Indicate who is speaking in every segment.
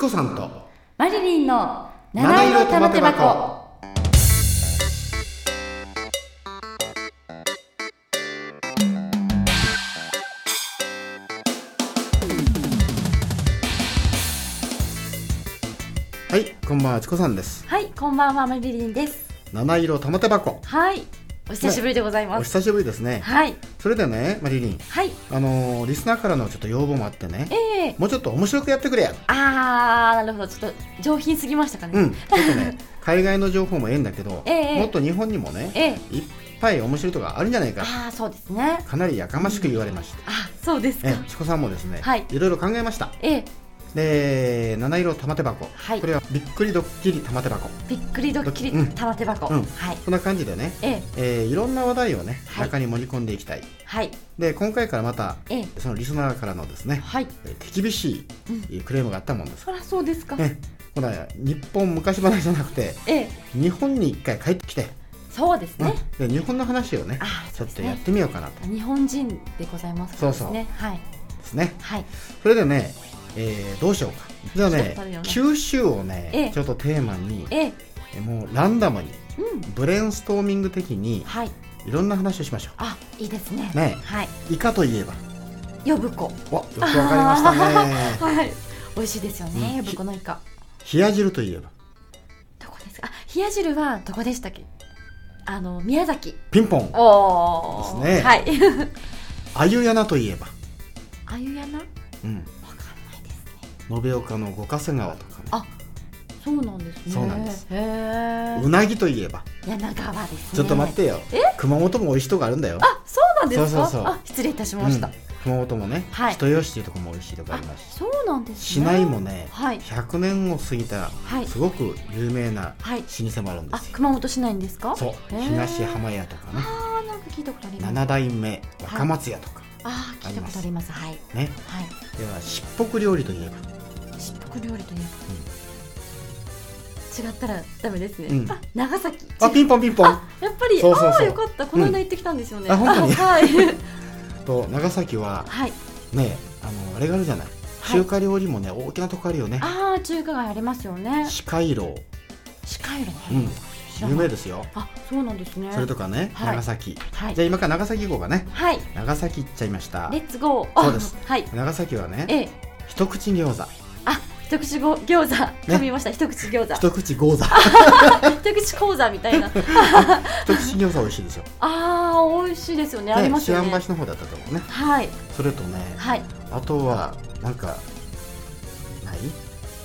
Speaker 1: コさんと
Speaker 2: マリリンの
Speaker 1: 七
Speaker 2: 七
Speaker 1: 色
Speaker 2: 色
Speaker 1: 玉
Speaker 2: 玉
Speaker 1: 手
Speaker 2: 手
Speaker 1: 箱
Speaker 2: 箱。
Speaker 1: はいこんばんはチコさんです
Speaker 2: はい、こんばんは、マリリンです。
Speaker 1: 七色玉手箱
Speaker 2: はい、お久しぶりでござい
Speaker 1: お
Speaker 2: ます。
Speaker 1: 久しぶりですね
Speaker 2: はい、
Speaker 1: それでねマリリン
Speaker 2: はい、
Speaker 1: あのーリスナーからのちょっと要望もあってね
Speaker 2: ええ
Speaker 1: もうちょっと面白くやってくれや
Speaker 2: あー、なるほど、ちょっと上品すぎましたかね。
Speaker 1: うんちょっとね 海外の情報もええんだけど、
Speaker 2: ええ
Speaker 1: もっと日本にもね
Speaker 2: ええ
Speaker 1: いっぱい面白いとこがあるんじゃないか
Speaker 2: あー、そうですね。
Speaker 1: かなりやかましく言われました、
Speaker 2: あ、そうですか
Speaker 1: え。チコさんもですね、
Speaker 2: はい
Speaker 1: ろいろ考えました
Speaker 2: ええ
Speaker 1: で七色玉手箱、
Speaker 2: はい
Speaker 1: これはびっくりドッキリ玉手箱
Speaker 2: びっくりドッキリ
Speaker 1: うん
Speaker 2: 玉手箱。
Speaker 1: うん
Speaker 2: はい、
Speaker 1: こんな感じでね、
Speaker 2: ええ
Speaker 1: えーいろんな話題をね
Speaker 2: はい
Speaker 1: 中に盛り込んでいきたい、
Speaker 2: はい、
Speaker 1: で今回からまた
Speaker 2: ええ
Speaker 1: そのリスナーからのですね、
Speaker 2: はい。
Speaker 1: えー手厳しいクレームがあったもんです、
Speaker 2: そらそうですか。
Speaker 1: ねほら日本昔話じゃなくて
Speaker 2: ええ
Speaker 1: 日本に一回帰ってきて、
Speaker 2: そうですね。
Speaker 1: うんで日本の話をね
Speaker 2: あ
Speaker 1: ち
Speaker 2: そ
Speaker 1: ょっ
Speaker 2: うです
Speaker 1: と
Speaker 2: ね
Speaker 1: やってみようかなと
Speaker 2: 日本人でございますからですね。はい、
Speaker 1: ですね
Speaker 2: はい、
Speaker 1: それでね、えーどうしようかじゃあ
Speaker 2: ちょ
Speaker 1: ね
Speaker 2: っとあるよね
Speaker 1: 九州を
Speaker 2: え
Speaker 1: ね
Speaker 2: え
Speaker 1: ちょっとテーマに
Speaker 2: ええ
Speaker 1: もうランダムに
Speaker 2: う
Speaker 1: ブレインストーミング的に
Speaker 2: ん、はい。
Speaker 1: いろんな話をしましょ
Speaker 2: あ、いいですね。
Speaker 1: ね
Speaker 2: はい、
Speaker 1: うイカといえば
Speaker 2: 呼ぶ子。
Speaker 1: およくわかりました ね
Speaker 2: はい、美味しいですよね、
Speaker 1: うん
Speaker 2: 呼ぶ子のイカ。
Speaker 1: 冷や汁といえば
Speaker 2: どこですか。あ、冷や汁はどこでしたっけ。あの、宮崎。
Speaker 1: ピンポン
Speaker 2: お
Speaker 1: ですね
Speaker 2: はい。
Speaker 1: あゆやなといえば、
Speaker 2: あゆやな。わ
Speaker 1: うん、
Speaker 2: かんないですね。
Speaker 1: 延岡の五ヶ瀬川とかね
Speaker 2: あそうなんですね。
Speaker 1: そうなんです
Speaker 2: へ
Speaker 1: う
Speaker 2: え。
Speaker 1: なぎといえば
Speaker 2: 柳川です、ね。
Speaker 1: ちょっと待ってよ熊本も美味しいとこあるんだよ
Speaker 2: あ、そうなんですか。
Speaker 1: そうそうそう
Speaker 2: あ、失礼いたし
Speaker 1: う
Speaker 2: ま
Speaker 1: ん
Speaker 2: した。
Speaker 1: 熊本もね、
Speaker 2: はい
Speaker 1: 人吉っていうとこも美味しいとこあ
Speaker 2: あ
Speaker 1: りますし
Speaker 2: そうなんです、
Speaker 1: 市
Speaker 2: ね。
Speaker 1: 内もね、
Speaker 2: はい
Speaker 1: 100年を過ぎた
Speaker 2: はい
Speaker 1: すごく有名な
Speaker 2: はい
Speaker 1: 老舗もあるんで
Speaker 2: あ
Speaker 1: す、よ、
Speaker 2: 熊本市内にですか。
Speaker 1: そう
Speaker 2: へー
Speaker 1: 東浜屋とかね
Speaker 2: あー、なんか聞いたことあります。
Speaker 1: 七代目若松屋とか、
Speaker 2: あー、聞いたことあります。はい。
Speaker 1: ね
Speaker 2: はい。
Speaker 1: ではしっぽく料理といえば
Speaker 2: しっぽく料理という違ったらダメですね、
Speaker 1: うん
Speaker 2: あ長崎
Speaker 1: あピ
Speaker 2: ン
Speaker 1: ンポンピンポン
Speaker 2: やっぱり
Speaker 1: そうそうそう
Speaker 2: ああよかったこの間行ってきたんですよ
Speaker 1: う
Speaker 2: ね、
Speaker 1: んあ本当に
Speaker 2: あ はい
Speaker 1: と長崎は
Speaker 2: はい
Speaker 1: ねあのあれがあるじゃない
Speaker 2: はい
Speaker 1: 中華料理もね大きなとこあるよね
Speaker 2: ああ中華街ありますよね
Speaker 1: 四街楼
Speaker 2: 四回路ね、
Speaker 1: うん
Speaker 2: 知ら
Speaker 1: 有
Speaker 2: ない
Speaker 1: 名ですよ
Speaker 2: あそうなんですね
Speaker 1: それとかね
Speaker 2: はい
Speaker 1: 長崎
Speaker 2: はい
Speaker 1: じゃあ今から長崎行こうかね
Speaker 2: はい
Speaker 1: 長崎行っちゃいました
Speaker 2: レッツゴー
Speaker 1: そうです
Speaker 2: あはい
Speaker 1: 長崎はね
Speaker 2: ええ
Speaker 1: 一口餃子
Speaker 2: あ一口ご餃子噛みました、一口餃子
Speaker 1: 一口 餃子
Speaker 2: 一口講座みた いな
Speaker 1: 一口餃子美味しいですよ
Speaker 2: あー美味しいですよねありますよ
Speaker 1: ね
Speaker 2: ね
Speaker 1: 治安橋の方だったと思うね
Speaker 2: はい
Speaker 1: それとね
Speaker 2: はい、
Speaker 1: あとはなんかない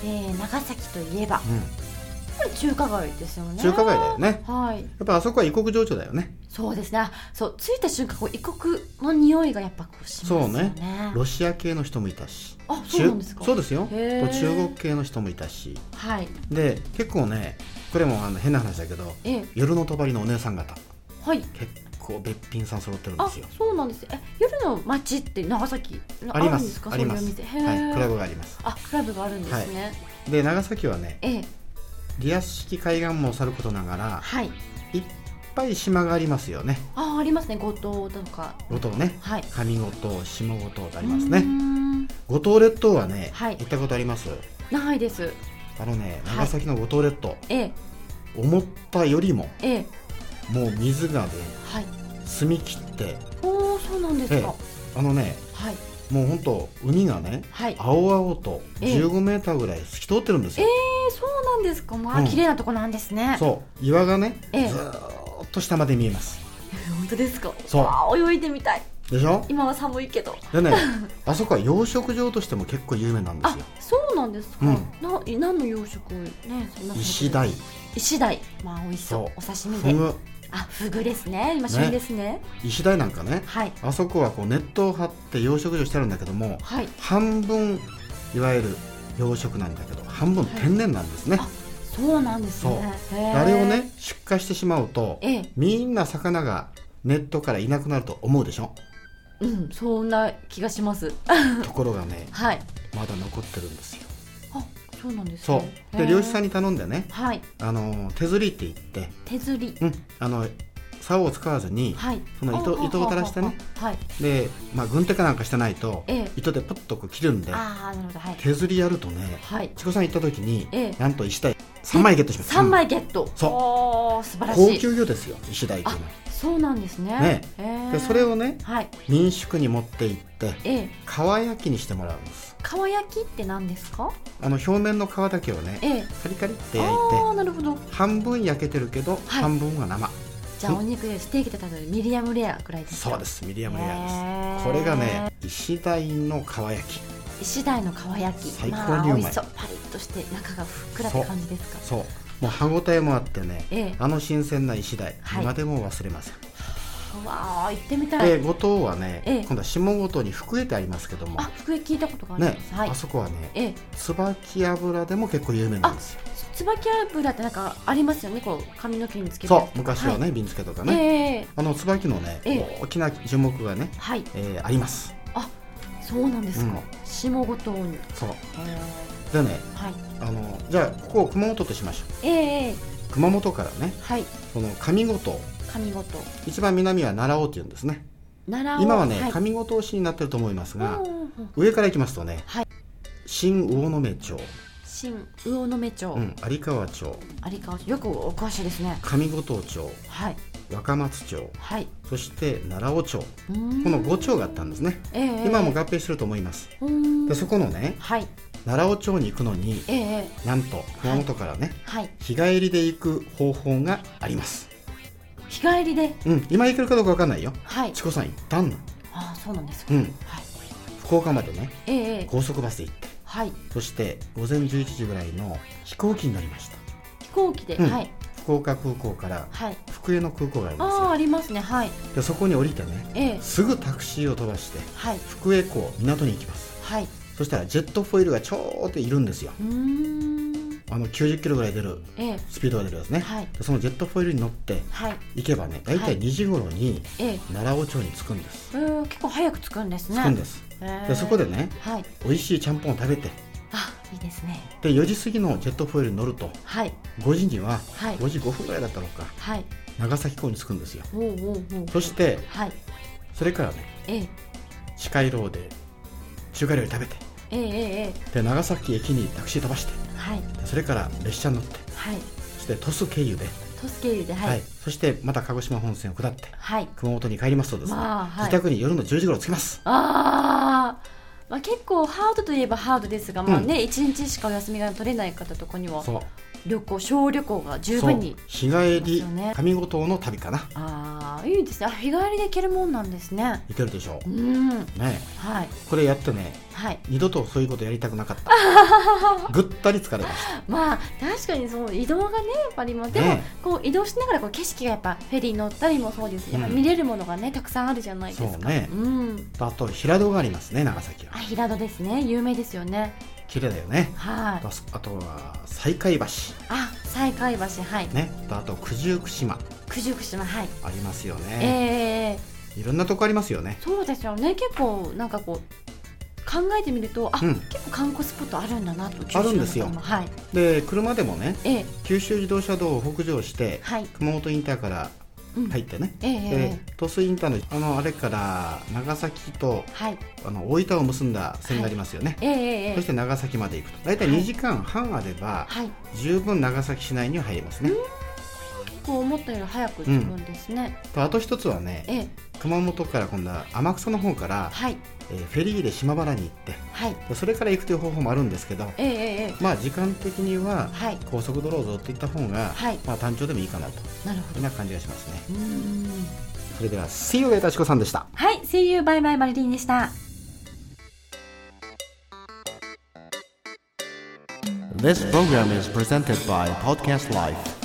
Speaker 2: えー、長崎といえばやっ
Speaker 1: う
Speaker 2: ぱり中華街ですよね
Speaker 1: ん中華街だよね
Speaker 2: は
Speaker 1: や
Speaker 2: い
Speaker 1: っぱあそこは異国情緒だよね
Speaker 2: そうですね。あそう、着いた瞬間、こう異国の匂いがやっぱこうしますよね。
Speaker 1: そロシア系の人もいたし
Speaker 2: あ、そうなんですか。
Speaker 1: 中そうですよ
Speaker 2: へー
Speaker 1: と中国系の人もいたし
Speaker 2: はい。
Speaker 1: で結構ねこれもあの変な話だけど
Speaker 2: ええ、
Speaker 1: 夜のとばりのお姉さん方
Speaker 2: はい。
Speaker 1: 結構べっぴんさん揃ってるんで
Speaker 2: あ
Speaker 1: すよ、
Speaker 2: そうなんです。え、夜の街って長崎な
Speaker 1: あり
Speaker 2: る
Speaker 1: ま
Speaker 2: んです
Speaker 1: す
Speaker 2: か。
Speaker 1: ありま
Speaker 2: そうい
Speaker 1: す
Speaker 2: うお店。へ
Speaker 1: はい
Speaker 2: ー
Speaker 1: クラブがあります
Speaker 2: あ、クラブがあるんですね。
Speaker 1: で長崎はね
Speaker 2: ええ、
Speaker 1: リアス式海岸もさることながら
Speaker 2: はい。
Speaker 1: いっぱい島がありますよね
Speaker 2: あ、ありますね。五島とか。
Speaker 1: 五島ね
Speaker 2: はい。
Speaker 1: 上五島下五島とあ
Speaker 2: あ
Speaker 1: ります
Speaker 2: うー
Speaker 1: ね
Speaker 2: ん
Speaker 1: 五島列島はね、
Speaker 2: はい
Speaker 1: 行ったことあります
Speaker 2: ないです。
Speaker 1: あのね
Speaker 2: はい
Speaker 1: 長崎の五島列島、
Speaker 2: ええ、
Speaker 1: 思ったよりも
Speaker 2: ええ、
Speaker 1: もう水がね
Speaker 2: はい。
Speaker 1: 澄み切って
Speaker 2: おお、そうなんですか。
Speaker 1: ええあのね
Speaker 2: はい。
Speaker 1: もうほんと海がね
Speaker 2: はい。え
Speaker 1: 青々と
Speaker 2: ええ
Speaker 1: 1 5メーターぐらい透き通ってるんですよ、
Speaker 2: え、そうなんですか。まあ、
Speaker 1: うん
Speaker 2: 綺麗なとこなんですね。
Speaker 1: そう岩がね、
Speaker 2: ええ
Speaker 1: ずーっと下まで見えます
Speaker 2: 本当ですか。
Speaker 1: そう
Speaker 2: わあ泳いでみたい。
Speaker 1: でしょ
Speaker 2: 今は寒いけど。
Speaker 1: でね あそこは養殖場としても結構有名なんで
Speaker 2: あ
Speaker 1: すよ、
Speaker 2: そうなんですか。
Speaker 1: うん
Speaker 2: な、何の養殖ね、そんな
Speaker 1: 石鯛
Speaker 2: 石鯛、まあ美味しそう。
Speaker 1: そう
Speaker 2: お刺身
Speaker 1: ふ
Speaker 2: で。
Speaker 1: ぐ
Speaker 2: あ、フグですね。今旬ですね。
Speaker 1: 石鯛なんかね
Speaker 2: はい
Speaker 1: あそこはこうネットを張って養殖場してるんだけども
Speaker 2: はい。
Speaker 1: 半分いわゆる養殖なんだけど半分
Speaker 2: はい
Speaker 1: 天然なんですね、
Speaker 2: あそうなんですね。へー
Speaker 1: あれをね。出荷してしまうと
Speaker 2: ええ、
Speaker 1: みんな魚がネットからいなくなると思うで しょ
Speaker 2: うん、そんな気がします。
Speaker 1: ところがね
Speaker 2: はい。
Speaker 1: まだ残ってるんですよ
Speaker 2: あ、そうなんです、
Speaker 1: そ
Speaker 2: ね。
Speaker 1: うで漁師さん
Speaker 2: に。
Speaker 1: に頼んでね
Speaker 2: はい。
Speaker 1: あの手釣りって言って
Speaker 2: 手釣り。
Speaker 1: うんあの竿を使わずに、
Speaker 2: はい
Speaker 1: その糸糸を垂らしてね
Speaker 2: はい
Speaker 1: で、まあ、軍手かなんかしてないと、
Speaker 2: ええ
Speaker 1: 糸でプッとこう切るんで
Speaker 2: ああなるほどはい
Speaker 1: 手釣りやるとね
Speaker 2: はい
Speaker 1: 千子さん行った時に、
Speaker 2: ええ
Speaker 1: なんと石鯛3枚ゲットしました
Speaker 2: 三枚ゲット
Speaker 1: そう
Speaker 2: おー素晴らし
Speaker 1: 高
Speaker 2: い
Speaker 1: 級魚ですよ石鯛っていうのは
Speaker 2: そうなんですね
Speaker 1: ね
Speaker 2: えー
Speaker 1: でそれをね
Speaker 2: はい
Speaker 1: 民宿に持って行って
Speaker 2: ええ
Speaker 1: 皮焼きにしてもらうんです
Speaker 2: 皮焼きって何ですか
Speaker 1: あの表面の皮だけをね
Speaker 2: ええ
Speaker 1: カリカリって焼い
Speaker 2: ああ
Speaker 1: て
Speaker 2: なるほど
Speaker 1: 半分焼けてるけど、
Speaker 2: はい
Speaker 1: 半分は生
Speaker 2: じゃあ
Speaker 1: うん
Speaker 2: お肉でステーキで例えるミディアムレアぐらいですか
Speaker 1: そうですミディアムレアです、
Speaker 2: へー
Speaker 1: これがね石鯛の皮焼き
Speaker 2: 石鯛の皮焼き
Speaker 1: 最高に
Speaker 2: まあ
Speaker 1: うまい
Speaker 2: 美味しそうパリッとして中がふっくらって感じですか
Speaker 1: そうもう歯ごたえもあってね、
Speaker 2: ええ
Speaker 1: あの新鮮な石鯛、
Speaker 2: はい
Speaker 1: 今でも忘れません、
Speaker 2: うわあ行ってみたい
Speaker 1: で五島はね、
Speaker 2: ええ
Speaker 1: 今度は下五島に福江ってありますけども
Speaker 2: あ福井聞いたことがありま
Speaker 1: ね
Speaker 2: す、はい
Speaker 1: あそこはね
Speaker 2: ええ
Speaker 1: 椿油でも結構有名なんですよ
Speaker 2: 椿油ってなんかありますよねこう髪の毛につけるやつ
Speaker 1: そう昔はね、瓶漬けとか
Speaker 2: はい
Speaker 1: ね、
Speaker 2: ええ
Speaker 1: あの椿のね、
Speaker 2: ええ
Speaker 1: 大きな樹木がね、
Speaker 2: はい
Speaker 1: えーあります
Speaker 2: あそうなんですか、
Speaker 1: うん
Speaker 2: 下五島にへ
Speaker 1: そう
Speaker 2: え
Speaker 1: でね
Speaker 2: はい
Speaker 1: あのじゃあここを熊本としましょ
Speaker 2: ええええ
Speaker 1: う熊本からね
Speaker 2: はい
Speaker 1: この上五島
Speaker 2: 上五島
Speaker 1: 一番南は奈良尾っていうんですね
Speaker 2: 奈良
Speaker 1: 今はね、
Speaker 2: い、
Speaker 1: 上五島市になってると思いますが、
Speaker 2: うんうんうん
Speaker 1: 上から行きますとね、
Speaker 2: はい
Speaker 1: 新魚目町、
Speaker 2: 新魚目町、
Speaker 1: うん、有川町
Speaker 2: 有川市よくお詳しいですね
Speaker 1: 上五島町
Speaker 2: はい
Speaker 1: 若松町
Speaker 2: はい
Speaker 1: そして奈良尾町
Speaker 2: うーん
Speaker 1: この5町があったんですね、
Speaker 2: ええええ
Speaker 1: 今も合併してると思います
Speaker 2: うーん
Speaker 1: でそこのね
Speaker 2: はい
Speaker 1: 奈良尾町に行くのに
Speaker 2: ええええ
Speaker 1: なんと熊本からね、
Speaker 2: はい
Speaker 1: 日帰りで行く方法があります
Speaker 2: 日帰りで
Speaker 1: うん今行けるかどうかわかんないよ
Speaker 2: はい
Speaker 1: チコさん行ったんの
Speaker 2: ああそうなんですか、
Speaker 1: うん
Speaker 2: はい
Speaker 1: 福岡までね
Speaker 2: ええええ
Speaker 1: 高速バスで行って
Speaker 2: はい
Speaker 1: そして午前11時ぐらいの飛行機に乗りました
Speaker 2: 飛行機で、
Speaker 1: うん
Speaker 2: はい
Speaker 1: 福岡空港から
Speaker 2: はい
Speaker 1: 福江の空港があり
Speaker 2: あ
Speaker 1: ます
Speaker 2: あー
Speaker 1: よ
Speaker 2: ありますねはい
Speaker 1: でそこに降りてね
Speaker 2: ええ
Speaker 1: すぐタクシーを飛ばして
Speaker 2: はい
Speaker 1: 福江港港に行きます
Speaker 2: はい
Speaker 1: そしたらジェットフォイルがちょーっているんですよ
Speaker 2: うーん
Speaker 1: あの90キロぐらい出る
Speaker 2: ええ
Speaker 1: スピードが出るやつね、
Speaker 2: はい
Speaker 1: でそのジェットフォイルに乗って
Speaker 2: はい
Speaker 1: 行けばね大
Speaker 2: は
Speaker 1: 体
Speaker 2: い
Speaker 1: 2時頃に
Speaker 2: ええ
Speaker 1: 奈良尾町に着くんです、
Speaker 2: えー、結構早く着くんですね
Speaker 1: 着くんです
Speaker 2: ええ
Speaker 1: でそこでね
Speaker 2: はい
Speaker 1: 美味しいちゃんぽんを食べて
Speaker 2: あいいですね
Speaker 1: で4時過ぎのジェットフォイルに乗ると
Speaker 2: はい
Speaker 1: 5時には
Speaker 2: はい
Speaker 1: 5時5分ぐらいだったのか
Speaker 2: はい
Speaker 1: 長崎港に着くんですよ
Speaker 2: おうおうおう
Speaker 1: そして
Speaker 2: はい
Speaker 1: それからね
Speaker 2: ええ
Speaker 1: 地下牢で中華料理食べて
Speaker 2: えええええ
Speaker 1: で長崎駅にタクシー飛ばして
Speaker 2: えはい
Speaker 1: でそれから列車に乗って
Speaker 2: はい
Speaker 1: そして鳥栖経由で、
Speaker 2: トスケールで
Speaker 1: はい
Speaker 2: はい
Speaker 1: そしてまた鹿児島本線を下って
Speaker 2: はい
Speaker 1: 熊本に帰りますとですね、
Speaker 2: まあはい
Speaker 1: 自宅に夜の10時頃着きます
Speaker 2: あーまあ、結構ハードといえばハードですが、まあ
Speaker 1: うん
Speaker 2: ね、1日しかお休みが取れない方とかには
Speaker 1: そう
Speaker 2: 旅行小旅行が十分に
Speaker 1: そう日帰
Speaker 2: です
Speaker 1: り
Speaker 2: よね
Speaker 1: 上五島の旅かな
Speaker 2: ああいいですねあ日帰りで行けるもんなんですね
Speaker 1: 行けるでしょ
Speaker 2: う
Speaker 1: う、
Speaker 2: んはい
Speaker 1: ねこれやってね
Speaker 2: はい
Speaker 1: 二度とそういうことやりたくなかった ぐったり疲れました
Speaker 2: まあ確かにその移動がねやっぱりもでも、
Speaker 1: ね
Speaker 2: こう移動しながらこう景色がやっぱフェリー乗ったりもそうですし、
Speaker 1: うん
Speaker 2: やっぱ見れるものがねたくさんあるじゃないです
Speaker 1: そう
Speaker 2: か
Speaker 1: ね
Speaker 2: うん
Speaker 1: あと平戸がありますね長崎
Speaker 2: あ
Speaker 1: は
Speaker 2: 平戸ですね有名ですよね
Speaker 1: 綺麗だよね
Speaker 2: は
Speaker 1: あ
Speaker 2: い
Speaker 1: とあとは西海橋
Speaker 2: あ西海橋はい
Speaker 1: ねあと九十九島
Speaker 2: 九十九島はい
Speaker 1: ありますよ
Speaker 2: え
Speaker 1: ね、
Speaker 2: え
Speaker 1: いろんなとこありますよね
Speaker 2: そうですよね結構なんかこう考えてみるとあ、
Speaker 1: うん
Speaker 2: 結構観光スポットあるんだなと
Speaker 1: あるんですよ
Speaker 2: 九州の方もはい
Speaker 1: で車でもね
Speaker 2: ええ
Speaker 1: 九州自動車道を北上して
Speaker 2: はい、
Speaker 1: 熊本インターから
Speaker 2: うん
Speaker 1: 入ってね、
Speaker 2: えええ
Speaker 1: で
Speaker 2: え
Speaker 1: 鳥栖インターのあのあれから長崎と
Speaker 2: はい
Speaker 1: あの大分を結んだ線がありますよね、
Speaker 2: えええ
Speaker 1: そ
Speaker 2: え
Speaker 1: して長崎まで行くと大体2時間半あれば
Speaker 2: はい
Speaker 1: 十分長崎市内には入れますね、
Speaker 2: 結構思ったより早く着くんですね、
Speaker 1: とあと一つはね
Speaker 2: ええ
Speaker 1: 熊本から今度は天草の方から、
Speaker 2: はい
Speaker 1: えーフェリーで島原に行って
Speaker 2: はい
Speaker 1: でそれから行くという方法もあるんですけど
Speaker 2: ええええええ
Speaker 1: まあ時間的には
Speaker 2: はい
Speaker 1: 高速道路をずっと行った方が、
Speaker 2: はい
Speaker 1: まあ単調でもいいかなと
Speaker 2: なるほ
Speaker 1: そんな感じがしますね
Speaker 2: どうーん
Speaker 1: それでは See you later チコさんでした
Speaker 2: はい See you bye bye マリリンでした
Speaker 1: This program is presented by Podcast Life